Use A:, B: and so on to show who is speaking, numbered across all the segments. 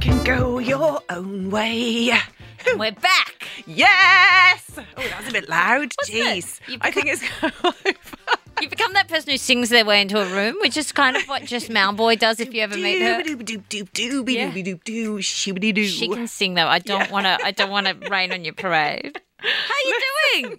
A: can go your own way.
B: We're back.
A: Yes! Oh, that was a bit loud.
B: it?
A: Jeez.
B: You've
A: I think it's
B: You become that person who sings their way into a room, which is kind of what just Mound Boy does if you ever meet her. Yeah. She
A: She
B: can sing though. I don't want to. I don't want to rain on your parade. How you doing?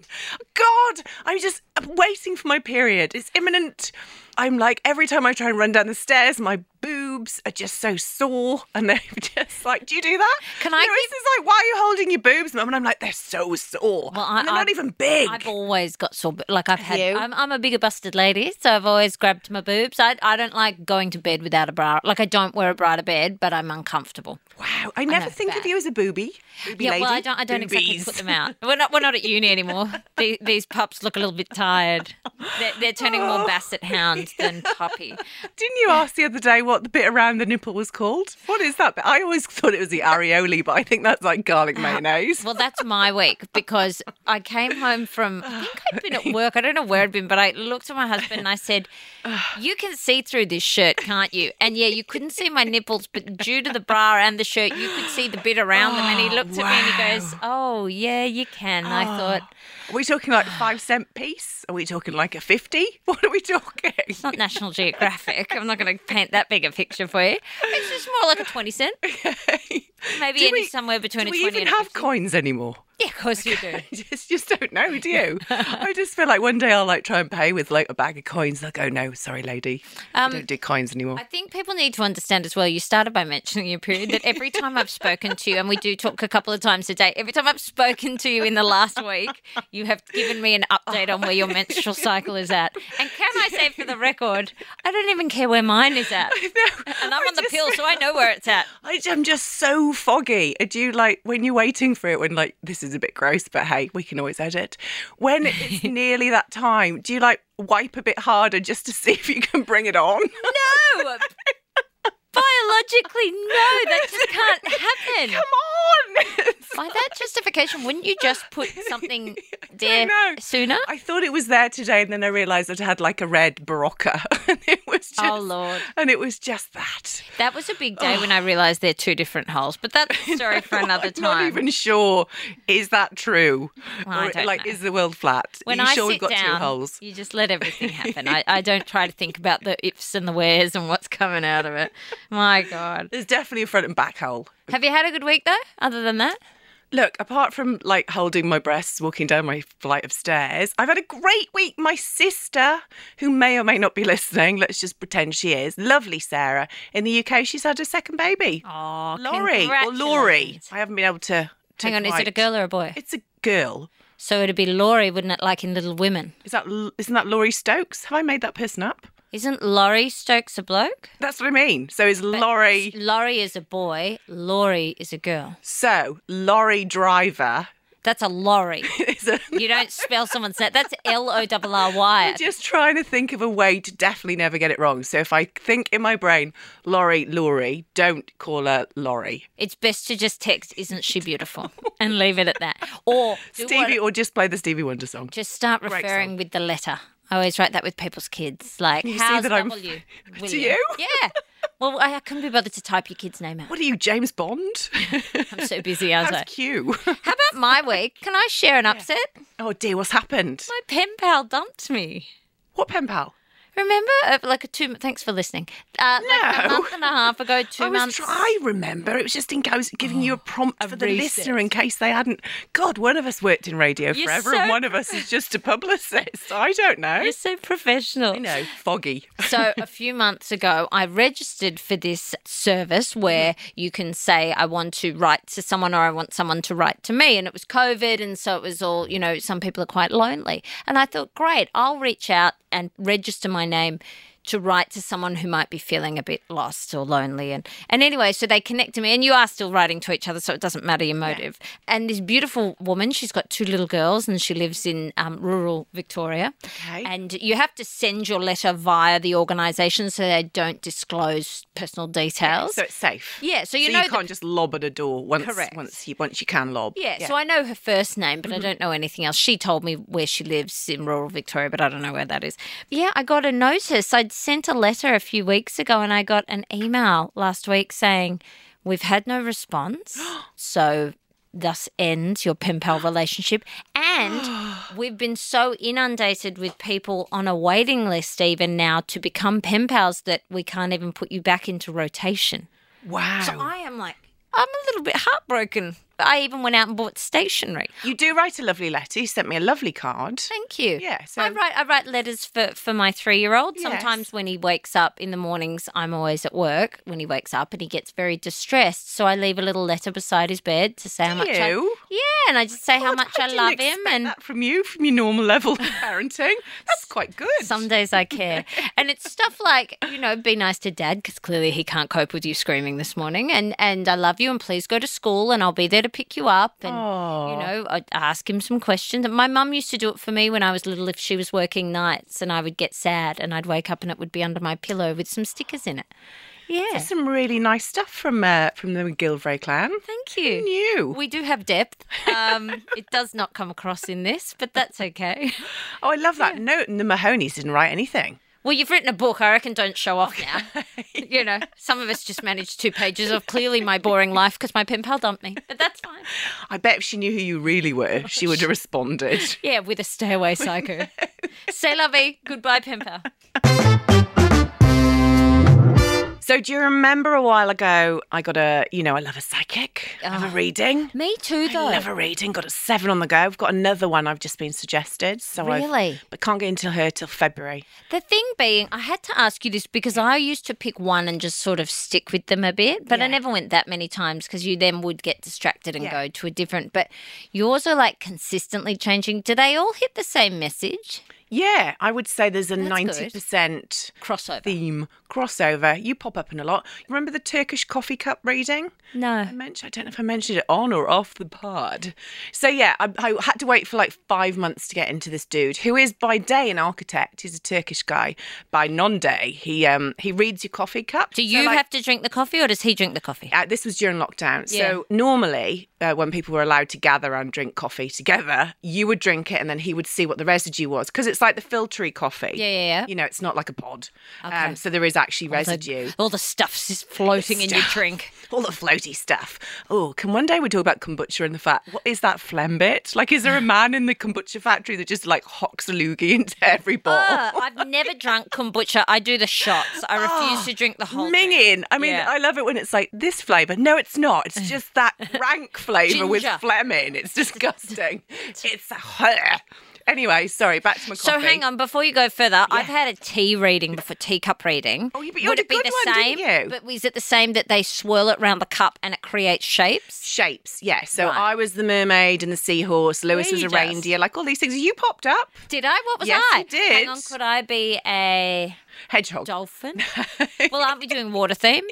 A: God, I'm just waiting for my period. It's imminent. I'm like, every time I try and run down the stairs, my boobs are just so sore. And they're just like, do you do that?
B: Can I
A: Lewis
B: give-
A: is like, why are you holding your boobs, Mum? And I'm like, they're so sore.
B: Well, I-
A: and they're not
B: I've-
A: even big.
B: I've always got sore. bo- Like I've had.
A: you?
B: I'm, I'm a bigger busted lady, so I've always grabbed my boobs. I I don't like going to bed without a bra. Like I don't wear a bra to bed, but I'm uncomfortable.
A: Wow. I never
B: know,
A: think of
B: bad.
A: you as a booby. Booby
B: Yeah,
A: lady.
B: well, I don't. I don't exactly
A: Boobies.
B: put them out. We're not. We're not at uni anymore. these, these pups look a little bit tired. They're, they're turning more basset hounds than puppy.
A: Didn't you ask the other day what the bit around the nipple was called? What is that bit? I always thought it was the areoli, but I think that's like garlic mayonnaise.
B: Ah, Well, that's my week because I came home from, I think I'd been at work. I don't know where I'd been, but I looked at my husband and I said, You can see through this shirt, can't you? And yeah, you couldn't see my nipples, but due to the bra and the shirt, you could see the bit around them. And he looked at me and he goes, Oh, yeah, you can. I
A: Oh.
B: thought,
A: Are we talking like five cent piece? Are we talking like a fifty? What are we talking?
B: It's not National Geographic. I'm not going to paint that big a picture for you. It's just more like a 20 cent. Maybe
A: Do
B: any,
A: we-
B: somewhere between
A: Do
B: a
A: we
B: 20
A: even
B: and a
A: have
B: 50.
A: coins anymore?
B: Yeah, of course you do.
A: I just, just don't know, do you? I just feel like one day I'll like try and pay with like a bag of coins. They'll go, no, sorry, lady, I don't do coins anymore.
B: Um, I think people need to understand as well. You started by mentioning your period that every time I've spoken to you, and we do talk a couple of times a day, every time I've spoken to you in the last week, you have given me an update on where your menstrual cycle is at. And can I say for the record, I don't even care where mine is at. And I'm on the
A: just-
B: pill, so I know where it's at.
A: I, am just so foggy. And you like when you're waiting for it? When like this is a bit gross, but hey, we can always edit. When it's nearly that time, do you like wipe a bit harder just to see if you can bring it on?
B: No! Biologically, no, that just can't happen.
A: Come on!
B: By that justification, wouldn't you just put something there
A: know.
B: sooner?
A: I thought it was there today, and then I realised it had like a red Barocca, and it was just,
B: Oh, Lord.
A: and it was just that.
B: That was a big day
A: Oh.
B: when I realised they're two different holes, but that's a story for another
A: I'm not
B: time.
A: even sure is that true.
B: Well, I don't
A: like,
B: know.
A: is the world flat?
B: when
A: Are you
B: I
A: sure
B: sit
A: we've got
B: down,
A: two holes?
B: you just let everything happen. I, I don't try to think about the ifs and the wheres and what's coming out of it. My God.
A: There's definitely a front and back hole.
B: Have you had a good week though, other than that?
A: Look, apart from like holding my breasts, walking down my flight of stairs, I've had a great week. My sister, who may or may not be listening, let's just pretend she is, lovely Sarah, in the UK, she's had her second baby.
B: Oh,
A: Laurie or Laurie.
B: congratulations.
A: I haven't been able to. to
B: Hang on, is it a
A: quite-
B: girl or a boy?
A: It's a girl.
B: So it'd be Laurie, wouldn't it, like in Little Women?
A: Is that isn't that Laurie Stokes? Have I made that person up?
B: Isn't Laurie Stokes a bloke?
A: That's what I mean. So is Laurie?
B: Laurie is a boy, Laurie is a girl.
A: So Laurie Driver
B: That's a Laurie.
A: is a.
B: You don't spell someone's name. That's L O R R Y.
A: Just trying to think of a way to definitely never get it wrong. So if I think in my brain, Laurie, Laurie, don't call her Laurie.
B: It's best to just text, isn't she beautiful? And leave it at that. Or do
A: Stevie,
B: what-
A: or just play the Stevie Wonder song.
B: just start referring with the letter. I always write that with people's kids. Like,
A: see
B: how's
A: that I'm-
B: W?
A: To
B: William?"
A: you?
B: Yeah. Well, I I couldn't be bothered to type your kid's name out.
A: What are you, James Bond?
B: I'm so busy, aren't I?
A: That's Q.
B: How about my week? Can I share an upset?
A: oh dear, what's happened?
B: My pen pal dumped me.
A: What pen pal?
B: Remember, Uh, like a two. Thanks for listening. Uh, Like a
A: No.
B: month and a half ago, two
A: I was
B: months.
A: try- I remember it was just in case giving you a prompt
B: a
A: for the
B: reset.
A: listener in case they hadn't. God, one of us worked in radio
B: You're
A: forever,
B: so-
A: and one of us is just a publicist. I don't know.
B: You're so professional.
A: You know, foggy.
B: So a few months ago, I registered for this service where you can say I want to write to someone or I want someone to write to me, and it was COVID, and so it was all you know. Some people are quite lonely, and I thought, great, I'll reach out and register my name to write to someone who might be feeling a bit lost or lonely. And, and anyway, so they connect to me, and you are still writing to each other, so it doesn't matter your motive. And this beautiful woman, she's got two little girls, and she lives in um, rural Victoria.
A: Okay.
B: And you have to send your letter via the organisation so they don't disclose personal details.
A: So it's safe.
B: Yeah, so you
A: so
B: know
A: you
B: the-
A: can't just lob at a door once
B: Correct.
A: once you once you can lob.
B: Yeah, so I know her first name, but I don't know anything else. She told me where she lives in rural Victoria, but I don't know where that is. Yeah, I got a notice. I'd sent a letter a few weeks ago and I got an email last week saying, We've had no response. So thus ends your pen pal relationship. And we've been so inundated with people on a waiting list, even now, to become pen pals that we can't even put you back into rotation.
A: Wow.
B: So I am like, I'm a little bit heartbroken. I even went out and bought stationery.
A: you do write a lovely letter. You sent me a lovely card.
B: Thank you.
A: Yeah, so-
B: I write I write letters for, for my three year old.
A: Yes.
B: Sometimes when he wakes up in the mornings, I'm always at work when he wakes up and he gets very distressed. So I leave a little letter beside his bed to say how much I,
A: You?
B: Yeah, and I just say how
A: God,
B: much
A: I
B: I,
A: didn't
B: love him
A: expect
B: and
A: that from you, from your normal level of parenting. That's quite good.
B: Some days I care. and it's stuff like, you know, be nice to dad because clearly he can't cope with you screaming this morning. And, and I love you and please go to school and I'll be there to pick you up. And, you know, I'd ask him some questions. And my mum used to do it for me when I was little if she was working nights and I would get sad and I'd wake up and it would be under my pillow with some stickers in it. Yeah.
A: There's some really nice stuff from uh, from the McGilvray clan.
B: Thank you.
A: New.
B: We do have depth. Um, it does not come across in this, but that's okay.
A: Oh, I love that note. And the Mahonies didn't write anything.
B: Well, you've written a book. I reckon don't show off now. You know, some of us just managed two pages of clearly my boring life because my pen pal dumped me. But that's fine.
A: I bet if she knew who you really
B: Oh,
A: were, she would have responded.
B: Yeah, with a stay away psycho. Say la vie. Goodbye, pen pal.
A: So, do you remember a while ago? I got a, you know, I love a psychic. I
B: Ah.
A: love a reading.
B: Me too, though.
A: Love a reading. Got a seven on the go. I've got another one I've just been suggested. So I've-
B: Really?
A: but can't get into her till February.
B: The thing being, I had to ask you this because I used to pick one and just sort of stick with them a bit, but I never went that many times because you then would get distracted and go to a different. But yours are like consistently changing. Do they all hit the same message?
A: Yeah, I would say there's a
B: That's
A: ninety percent
B: Crossover.
A: theme crossover. You pop up in a lot. Remember the Turkish coffee cup reading?
B: no.
A: I mentioned, I don't know if I mentioned it on or off the pod. So yeah, I, I had to wait for like five months to get into this dude, who is by day an architect. He's a Turkish guy. By non-day, he um he reads your coffee cup.
B: Do you have to drink the coffee or does he drink the coffee?
A: uh, this was during lockdown.
B: Yeah.
A: So normally, uh, when people were allowed to gather and drink coffee together, you would drink it, and then he would see what the residue was because it's like the filtery coffee.
B: Yeah, yeah, yeah.
A: You know, it's not like a pod.
B: Okay.
A: Um, so there is actually residue.
B: All the stuff's just floating in your
A: Stuff.
B: drink.
A: All the floaty stuff. Oh, can one day we talk about kombucha and the fat? What is that phlegm bit? Like, is there a man in the kombucha factory that just like hocks a loogie into every bottle?
B: Uh, I've never drunk kombucha. I do the shots.
A: Oh,
B: I refuse to drink the whole thing.
A: Minging. I mean,
B: Yeah.
A: I love it when it's like this flavour. No, it's not. It's just that rank flavour with
B: Ginger.
A: phlegm in. It's disgusting. it's a Anyway, sorry, back to my coffee.
B: So hang on, before you go further, I've had a tea reading before, teacup reading.
A: Oh, you- but you
B: Would
A: had
B: it
A: a
B: be
A: good
B: the
A: one,
B: same?
A: didn't you?
B: But is it the same that they swirl it round the cup and it creates shapes?
A: Shapes, yeah. So
B: Right.
A: I was the mermaid and the seahorse. Lewis was a
B: Gorgeous.
A: reindeer. Like all these things. You popped up,
B: Did I? What was
A: Yes,
B: I?
A: you did.
B: Hang on, could I be a
A: hedgehog.
B: dolphin? well, aren't we doing water theme?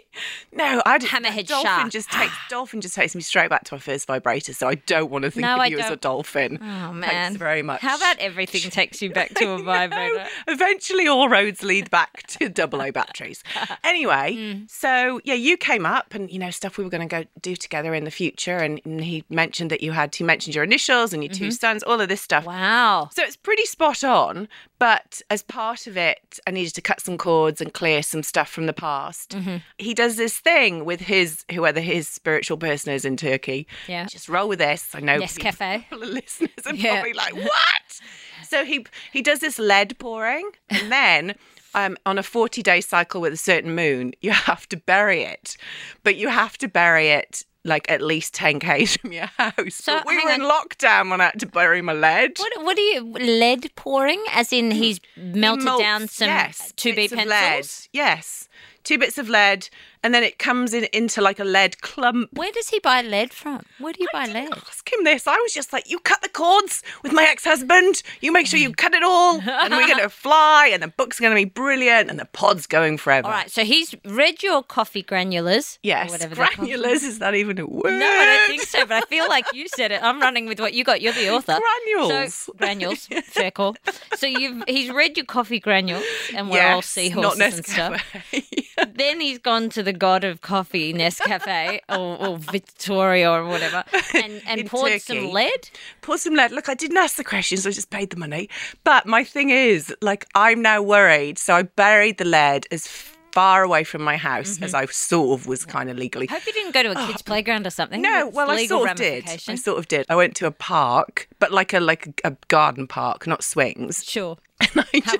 A: No, I just
B: Hammerhead
A: dolphin
B: shark.
A: just takes dolphin just takes me straight back to my first vibrator, so I don't want to think
B: No,
A: of
B: I
A: you as a
B: don't.
A: dolphin.
B: Oh man,
A: Thanks very much.
B: How about everything takes you back to a vibrator?
A: Eventually, all roads lead back to double O batteries. Anyway,
B: Hmm.
A: so yeah, you came up and, you know, stuff we were going to go do together in the future. And, and he mentioned that you had, he mentioned your initials and your two
B: Mm-hmm.
A: sons, all of this stuff.
B: Wow.
A: So it's pretty spot on, but as part of it, I needed to cut some cords and clear some stuff from the past.
B: Mm-hmm.
A: He does this thing with his whoever his spiritual person is in Turkey.
B: Yeah.
A: just roll with this. I know
B: Yes,
A: people-
B: cafe.
A: people are listeners are
B: Yeah.
A: probably like, what? So he he does this lead pouring, and then. Um, on a 40 day cycle with a certain moon, you have to bury it, but you have to bury it like at least 10k from your house.
B: So,
A: But we
B: hang
A: were in
B: on.
A: lockdown when I had to bury my lead.
B: What, what do you lead pouring? As in, he's melted
A: Molts,
B: down some
A: Mm. yes,
B: two B
A: bits of
B: pencils.
A: lead, Yes, two bits of lead, and then it comes in into like a lead clump.
B: Where does he buy lead from? Where do you buy lead?
A: Ask him this. I was just like, you cut the cords with my ex-husband. You make sure you cut it all, and we're gonna fly, and the book's gonna be brilliant, and the pod's going forever.
B: All right, so he's read your coffee granulars. or
A: Yes,
B: whatever they're called.
A: granulars is that even a word?
B: No, I don't think so. But I feel like you said it. I'm running with what you got. You're the author.
A: Granules.
B: So, granules. Fair call. So you've he's read your coffee granules, and we're all
A: Yes,
B: seahorses
A: not
B: and stuff.
A: Nescafe.
B: Then he's gone to the god of coffee, Nescafe or, or Victoria or whatever, and, and
A: In
B: poured
A: Turkey.
B: some lead.
A: Put some lead. Look, I didn't ask the questions. I just paid the money. But my thing is, like, I'm now worried. So I buried the lead as far away from my house
B: Mm-hmm.
A: as I sort of was kind of legally.
B: Hope you didn't go to a kids' playground or something.
A: Oh, No,
B: That's
A: well, I
B: legal
A: sort of did. I
B: ramifications.
A: sort of did. I went to a park, but like a like a garden park, not swings.
B: Sure.
A: And I
B: How
A: just-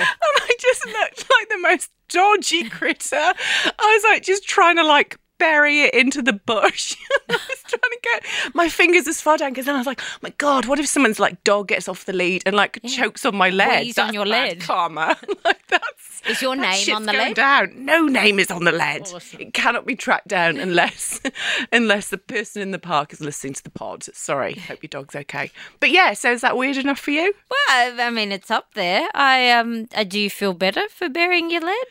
A: And I just looked like the most dodgy critter. I was like just trying to like bury it into the bush. I was trying to get my fingers as far down because then I was like, oh my God, what if someone's like dog gets off the lead and like chokes on my leg?
B: Wheeze on your
A: bad
B: lead.
A: Karma. like that's
B: Is your
A: that
B: name
A: shit's
B: on the
A: going
B: lead?
A: Down. No name is on the lead.
B: Awesome.
A: It cannot be tracked down unless unless the person in the park is listening to the pod. Sorry. Hope your dog's okay. But yeah, so is that weird enough for you?
B: Well, I mean, it's up there. I um, uh, do you feel better for burying your lead?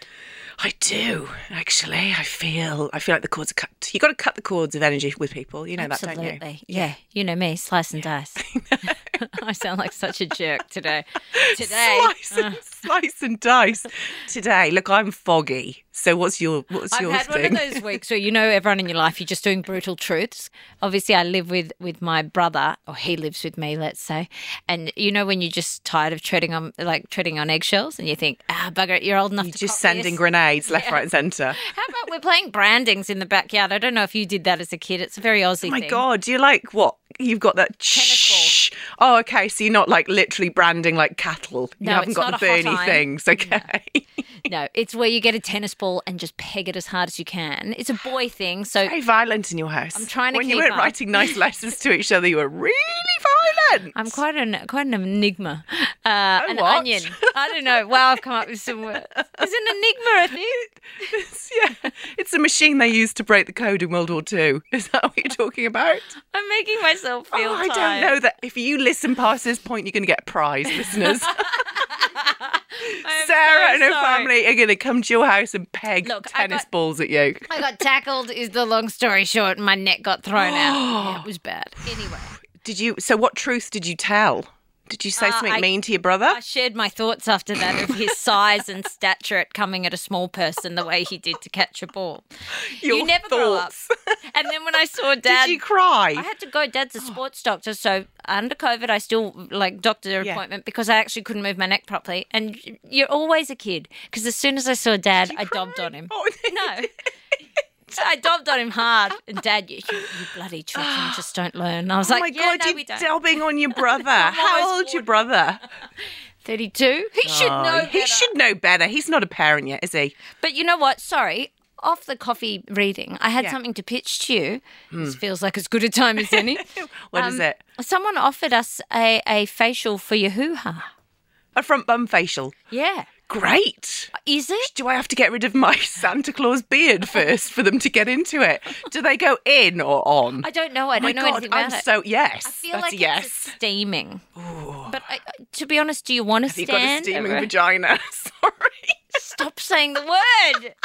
A: I do actually. I feel I feel like the cords are cut. You got to cut the cords of energy with people. You know that, don't you?
B: Absolutely. Yeah. You know me, slice and dice. I sound like such a jerk today. Today.
A: Slice and, slice and dice today. Look, I'm foggy. So what's your what's
B: I've
A: your
B: had
A: thing?
B: one of those weeks where you know everyone in your life, you're just doing brutal truths. Obviously, I live with with my brother, or he lives with me, let's say. And you know when you're just tired of treading on like treading on eggshells, and you think, ah, bugger it, you're old enough
A: You're
B: to
A: just
B: cop
A: sending
B: this."
A: grenades left, right, and centre.
B: How about we're playing brandings in the backyard? I don't know if you did that as a kid. It's a very Aussie
A: Oh my
B: thing.
A: god, you like what? You've got that
B: Tennis
A: Oh, okay. So you're not like literally branding like cattle. You
B: No,
A: haven't
B: it's
A: got
B: not
A: the
B: a hot
A: birdy
B: iron.
A: things. Okay.
B: No, it's where you get a tennis ball and just peg it as hard as you can. It's a boy thing, so
A: Very violent in your house. I'm
B: trying to
A: When you
B: keep
A: weren't
B: up.
A: writing nice letters to each other, you were really violent.
B: I'm quite an quite an enigma. Uh, an
A: Oh, what?
B: onion. I don't know. Wow, I've come up with some words. Is an enigma a thing?
A: It's- yeah, it's a machine they used to break the code in World War Two. Is that what you're talking about?
B: I'm making myself feel.
A: Oh, I don't
B: tired.
A: know that. If you listen past this point, you're going to get a prize, listeners.
B: I am
A: Sarah
B: so
A: and her
B: sorry.
A: family are going to come to your house and peg
B: Look, I
A: tennis
B: got-
A: balls at you.
B: I got tackled. Is the long story short? and My neck got thrown out. Yeah, it was bad. Anyway,
A: Did you? So, what truth did you tell? Did you say something
B: Uh, I-
A: mean to your brother?
B: I shared my thoughts after that of his size and stature at coming at a small person the way he did to catch a ball.
A: Your
B: you never
A: thoughts.
B: grow up. And then when I saw Dad,
A: Did you cry?
B: I had to go. Dad's a sports doctor, so under COVID, I still like doctor
A: Yeah.
B: appointment because I actually couldn't move my neck properly. And you're always a kid because as soon as I saw Dad, I dobbed on him.
A: Oh,
B: No. So I dobbed on him hard, and Dad, you, you, you bloody trick, you just don't learn. I was
A: Oh
B: like,
A: my
B: yeah,
A: god,
B: no, we
A: you're
B: don't.
A: dobbing on your brother. How
B: always
A: old's your brother?
B: 32. He should know.
A: he
B: better.
A: should know better. He's not a parent yet, is he?
B: But you know what? Sorry. Off the coffee reading, I had
A: Yeah.
B: something to pitch to you.
A: Hmm.
B: This feels like as good a time as any.
A: What is
B: Um,
A: it?
B: Someone offered us a, a facial for your hoo ha.
A: A front bum facial.
B: Yeah.
A: Great.
B: Is it?
A: Do I have to get rid of my Santa Claus beard first for them to get into it? Do they go in or on?
B: I don't know. I
A: my
B: don't know
A: God,
B: anything about
A: I'm
B: it.
A: so yes.
B: I feel
A: that's
B: like
A: a yes.
B: it's a steaming. But I, I- to be honest, do you want to
A: You've
B: stand?
A: got a steaming
B: over-
A: vagina. Sorry.
B: Stop saying the word.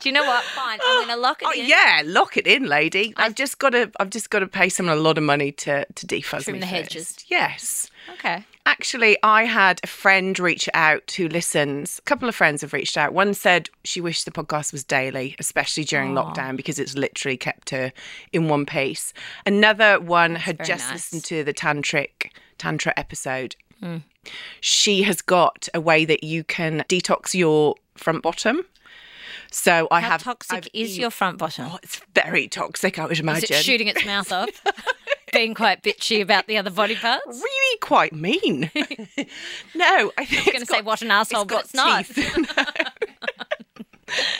B: do you know what? Fine. I'm going to lock it
A: Oh
B: in.
A: yeah, lock it in, lady. I've just got to. I've just got to pay someone a lot of money to to defuzz
B: Trim
A: me
B: the
A: first.
B: hedges.
A: Yes.
B: Okay.
A: Actually, I had a friend reach out who listens. A couple of friends have reached out. One said she wished the podcast was daily, especially during lockdown, because it's literally kept her in one piece. Another one had
B: very
A: just
B: nice.
A: listened to the tantric tantra episode.
B: Hmm.
A: She has got a way that you can detox your front bottom. So I
B: How
A: have
B: toxic
A: I've
B: is
A: eat-
B: your front bottom?
A: Oh, it's very toxic. I would
B: Is
A: imagine.
B: it shooting its mouth off? Being quite bitchy about the other body parts?
A: really quite mean. no, I think
B: gonna
A: it's
B: say
A: got-
B: what an asshole, but it's not.
A: teeth.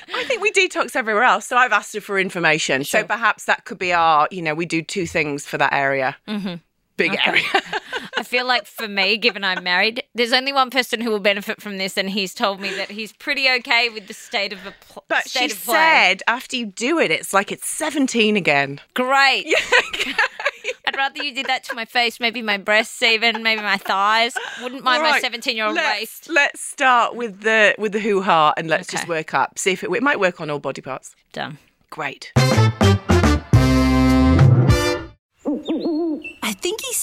A: No. I think we detox everywhere else, so I've asked her for information. So perhaps that could be our, you know, we do two things for that area. big area.
B: I feel like for me, given I'm married, there's only one person who will benefit from this, and he's told me that he's pretty okay with the state of a pl-
A: But
B: state
A: she
B: of play.
A: said after you do it, it's like it's 17 again.
B: Great. I'd rather you did that to my face, maybe my breasts, even maybe my thighs. Wouldn't mind my
A: Right,
B: 17 year old
A: let's-
B: waist.
A: Let's start with the with the hoo ha and let's just
B: Okay.
A: work up. See if it, it might work on all body parts.
B: Done.
A: Great.
C: I think he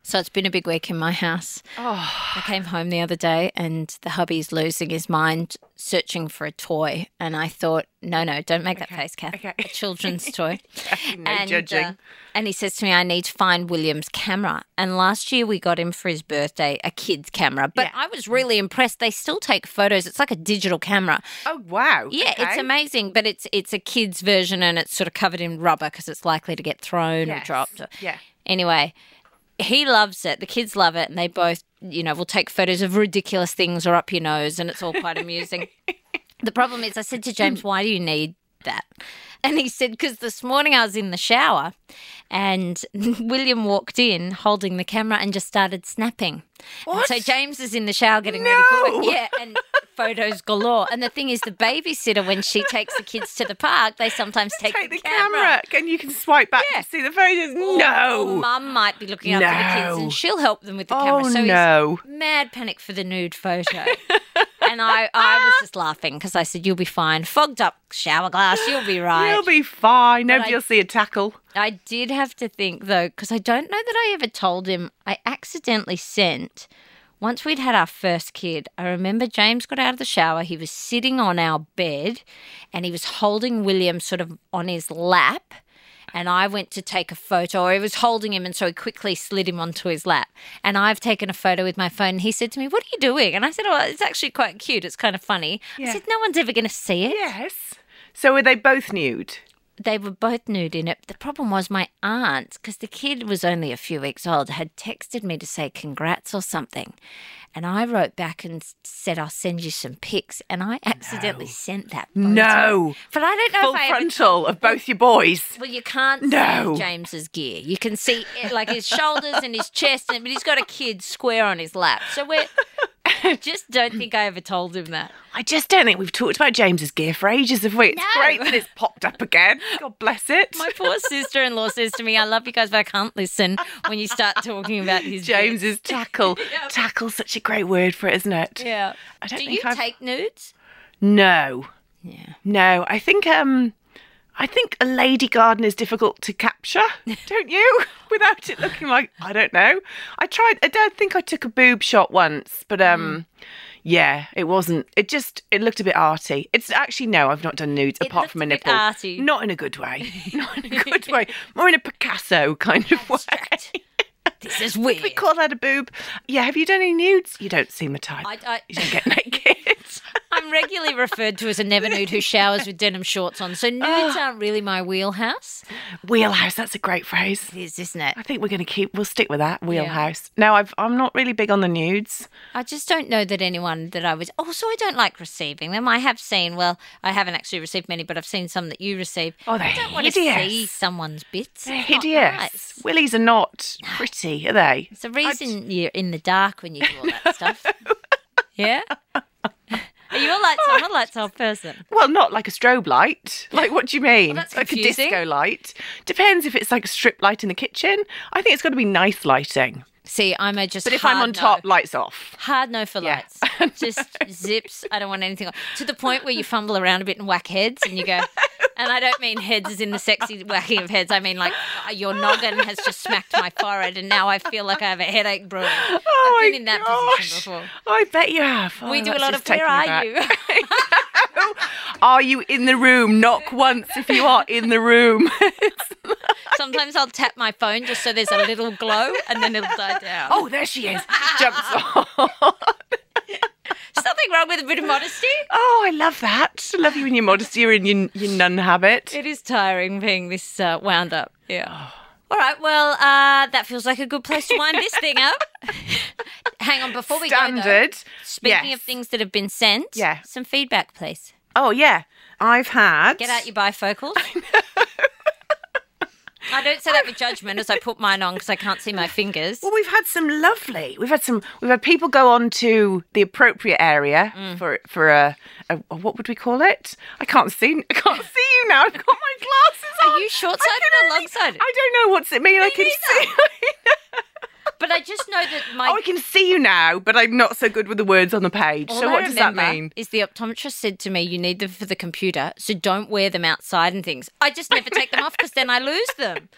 B: So it's been a big week in my house.
A: Oh.
B: I came home the other day and the hubby's losing his mind searching for a toy. And I thought, no, no, don't make that face, Kath.
A: okay.
B: A children's toy.
A: No judging.
B: uh, and he says to me, I need to find William's camera. And last year we got him for his birthday a kid's camera. But I was really impressed. They still take photos. It's like a digital camera.
A: oh wow.
B: Yeah, it's
A: Okay.
B: amazing, but it's it's a kid's version and it's sort of covered in rubber because it's likely to get thrown or
A: Yes.
B: dropped. or-
A: Yeah.
B: Anyway, he loves it. The kids love it, and they both, you know, will take photos of ridiculous things or up your nose, and it's all quite amusing. the problem is, I said to James, "Why do you need that?" And he said, "Because this morning I was in the shower, and William walked in holding the camera and just started snapping." And so James is in the shower getting ready for work.
A: No.
B: Yeah, and photos galore. And the thing is, the babysitter when she takes the kids to the park, they sometimes take,
A: Take the camera Oh, and you can swipe back to see the photos.
B: or
A: no.
B: mum might be looking after the kids
A: No.
B: and she'll help them with the
A: Oh
B: camera. So
A: no.
B: he's mad panic for the nude photo. and I, I was just laughing because I said, You'll be fine. Fogged up shower glass, you'll be right.
A: You'll be fine. Nobody
B: I-
A: will see a tackle.
B: I did have to think though, because I don't know that I ever told him. I accidentally sent. Once we'd had our first kid, I remember James got out of the shower. He was sitting on our bed and he was holding William sort of on his lap. And I went to take a photo, or he was holding him. And so he quickly slid him onto his lap. And I've taken a photo with my phone. He said to me, What are you doing? And I said, Oh, it's actually quite cute. It's kind of funny. I said, No one's ever going to see it
A: Yes. So are they both nude?
B: they were both nude in it. The problem was my aunt, because the kid was only a few weeks old, had texted me to say congrats or something. And I wrote back and s- said, I'll send you some pics. And I accidentally sent that. photo.
A: No.
B: But I don't know
A: Full
B: if I ever-
A: frontal of both your boys.
B: well, you can't
A: No.
B: see James's gear. You can see eh, like his shoulders and his chest, and but he's got a kid square on his lap. So we're. I just don't think I ever told him that.
A: I just don't think we've talked about James's gear for ages, have we? It's
B: No.
A: great that it's popped up again. God bless it.
B: My poor sister in law says to me, I love you guys, but I can't listen when you start talking about his gear."
A: James's tackle. Tackle's such a great word for it, isn't it?
B: Yeah.
A: I don't
B: Do
A: think
B: you
A: I've-
B: take nudes?
A: No.
B: Yeah.
A: No. I think um I think a lady garden is difficult to capture, don't you? Without it looking like I don't know. I tried I don't think I took a boob shot once, but um
B: Mm.
A: yeah, it wasn't. It just it looked a bit arty. It's actually no, I've not done nudes apart
B: looked
A: from a
B: a bit
A: nipple.
B: arty.
A: Not in a good way. Not in a good way. More in a Picasso kind of way.
B: This is weird.
A: We call that a boob. Yeah, have you done any nudes? You don't seem a type.
B: I,
A: You
B: I,
A: don't get naked.
B: I'm regularly referred to as a never nude who showers with denim shorts on. So nudes
A: Oh.
B: aren't really my wheelhouse.
A: Wheelhouse, that's a great phrase.
B: It is, isn't it?
A: I think we're going to keep. We'll stick with that wheelhouse. No, I've, I'm not really big on the nudes.
B: I just don't know that anyone that I was. Also, I don't like receiving them. I have seen. Well, I haven't actually received many, but I've seen some that you receive.
A: Oh, they're
B: I don't want to see
A: hideous.
B: someone's bits.
A: They're
B: It's not
A: hideous.
B: nice.
A: Willies are not pretty, are they?
B: It's the reason you're in the dark when you do all that stuff. Yeah. Are you a lights on or lights off person?
A: Well, not like a strobe light. Like, what do you mean?
B: that's
A: like a
B: confusing.
A: disco light. Depends if it's like a strip light in the kitchen. I think it's got to be nice lighting.
B: See, I'm a just.
A: But if I'm
B: hard
A: on
B: no.
A: top, lights off.
B: Hard no for
A: Yeah.
B: lights. Just zips. I don't want anything. on- To the point where you fumble around a bit and whack heads, and you go. And I don't mean heads as in the sexy whacking of heads. I mean like uh, your noggin has just smacked my forehead, and now I feel like I have a headache brewing.
A: Oh
B: I've
A: my
B: been in that
A: gosh.
B: position before.
A: I bet you have.
B: We
A: Oh,
B: do a
A: that's
B: lot
A: just
B: of where
A: taken me
B: are
A: back.
B: you?
A: are you in the room? Knock once if you are in the room.
B: Sometimes I'll tap my phone just so there's a little glow and then it'll die down.
A: oh, there she is. Jumps on.
B: There's nothing wrong with a bit of modesty.
A: Oh, I love that. I love you in your modesty or in your, your nun habit.
B: It is tiring being this uh, wound up. Yeah. All right. Well, uh, that feels like a good place to wind this thing up. Hang on, before we go. though,
A: Standard.
B: Speaking
A: Yes.
B: of things that have been sent,
A: Yeah.
B: some feedback, please.
A: Oh, yeah. I've had.
B: Get out your bifocals. I don't say that with judgment as I put mine on because I can't see my fingers.
A: Well, we've had some lovely. We've had some. We've had people go on to the appropriate area
B: Mm.
A: for for a, a, a- what would we call it? I can't see. I can't see you now. I've got my glasses on.
B: Are you short-sighted
A: I can
B: or
A: only-
B: long-sighted?
A: I don't know what's it mean. I can see.
B: But I just know that my.
A: Oh, I can see you now, but I'm not so good with the words on the page.
B: all
A: Oh, so
B: I
A: what does that
B: remember
A: mean?
B: Is the optometrist said to me, "You need them for the computer, so don't wear them outside and things." I just never take them off because then I lose them.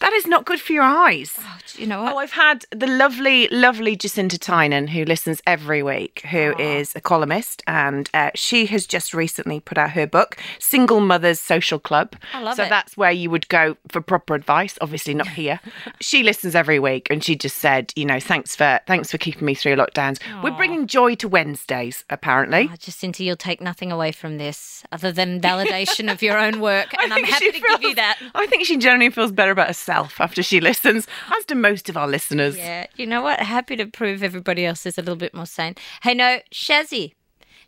A: That is not good for your eyes.
B: Oh, do you know what?
A: Oh, I've had the lovely, lovely Jacinta Tynan, who listens every week, who is a columnist, and uh, she has just recently put out her book, Single Mothers Social Club.
B: I love
A: so
B: it.
A: that's where you would go for proper advice. Obviously, not here. she listens every week, and she just said, you know, thanks for thanks for keeping me through lockdowns. We're bringing joy to Wednesdays, apparently.
B: Oh, Jacinta, you'll take nothing away from this other than validation of your own work, and I'm
A: think
B: happy
A: she
B: to give you
A: feels-
B: that.
A: I think she generally feels better about herself after she listens, as do most of our listeners.
B: Yeah, you know what? Happy to prove everybody else is a little bit more sane. Hey, no, Shazzy,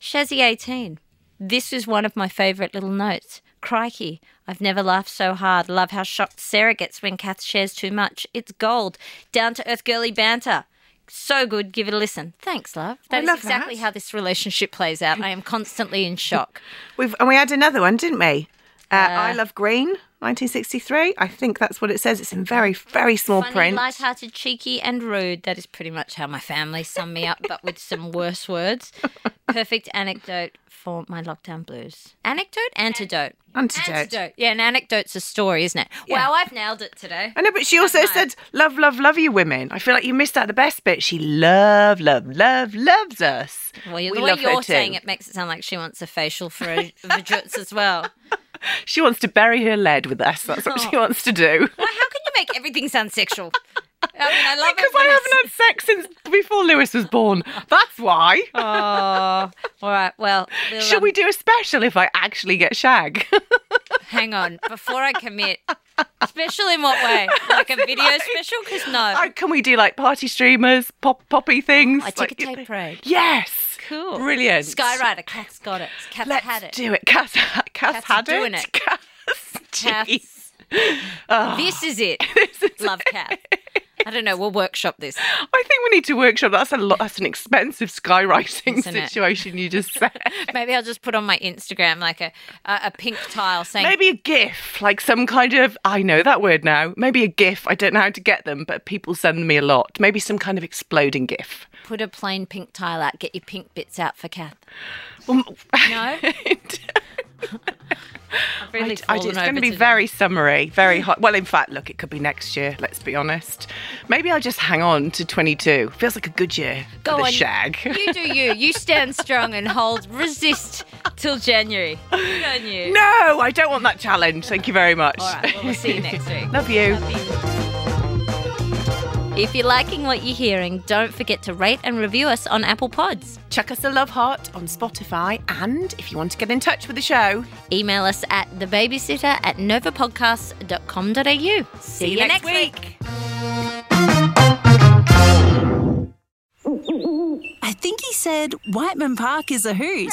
B: Shazzy 18. This is one of my favourite little notes. Crikey, I've never laughed so hard. Love how shocked Sarah gets when Kath shares too much. It's gold. Down to earth girly banter. So good. Give it a listen. Thanks, love. That is
A: love
B: exactly
A: that.
B: how this relationship plays out. I am constantly in shock.
A: We've and we had another one, didn't we? Uh, I love green, 1963. I think that's what it says. It's in very, very small
B: Funny,
A: print.
B: light-hearted, cheeky, and rude. That is pretty much how my family sum me up, but with some worse words. Perfect anecdote for my lockdown blues. Anecdote, antidote,
A: Antidote.
B: Yeah, an anecdote's a story, isn't it? Wow, I've nailed it today.
A: I know, but she also said, "Love, love, love you, women." I feel like you missed out the best bit. She love, love, love, loves us.
B: Well, the
A: We
B: way
A: love her
B: you're saying
A: too.
B: it makes it sound like she wants a facial for a vajuts as well.
A: she wants to bury her lead with us. That's what
B: Oh.
A: she wants to do.
B: Why, how can you make everything sound sexual? I mean, I love it.
A: Because I
B: when it's-
A: haven't had sex since before Lewis was born. That's why.
B: Oh, all right. Well, we'll,
A: Should
B: um,
A: we do a special if I actually get shag?
B: Hang on, before I commit, special in what way? Like a video special? Because no,
A: Like, oh, Can we do like party streamers, pop poppy things?
B: I
A: like,
B: ticker tape Oh, parade.
A: Yes.
B: Cool,
A: Brilliant.
B: Skyrider, Kath's got it. Kath's
A: Let's
B: had it.
A: do it. Cass, Cass
B: Cass
A: had
B: doing
A: it.
B: it.
A: Cass. Jeez.
B: Kath's.
A: Ah.
B: This is it. Love Kath. I don't know. We'll workshop this.
A: I think we need to workshop. That's a lot. That's an expensive skywriting
B: Isn't it?
A: situation you just said.
B: Maybe I'll just put on my Instagram like a a, a pink tile saying.
A: Maybe a GIF, like some kind of. I know that word now. Maybe a GIF. I don't know how to get them, but people send me a lot. Maybe some kind of exploding GIF.
B: Put a plain pink tile out. Get your pink bits out for Kath.
A: Um,
B: No, I've
A: I- I do-
B: really fallen
A: it's going
B: over
A: to be
B: today.
A: very summery, very hot. Well, in fact, look, it could be next year. Let's be honest. Maybe I'll just hang on to 22. Feels like a good year
B: Go
A: for the
B: on.
A: shag.
B: You do you. You stand strong and hold. Resist till January. Good on you.
A: no, I don't want that challenge. Thank you very much.
B: All right. Well, we'll see you next week.
A: Love you.
B: If you're liking what you're hearing, don't forget to rate and review us on Apple Pods.
A: Chuck us a love heart on Spotify, and if you want to get in touch with the show,
B: Email us at thebabysitter at novapodcasts.com.au. See, See you next week.
C: I think he said Whiteman Park is a hoot.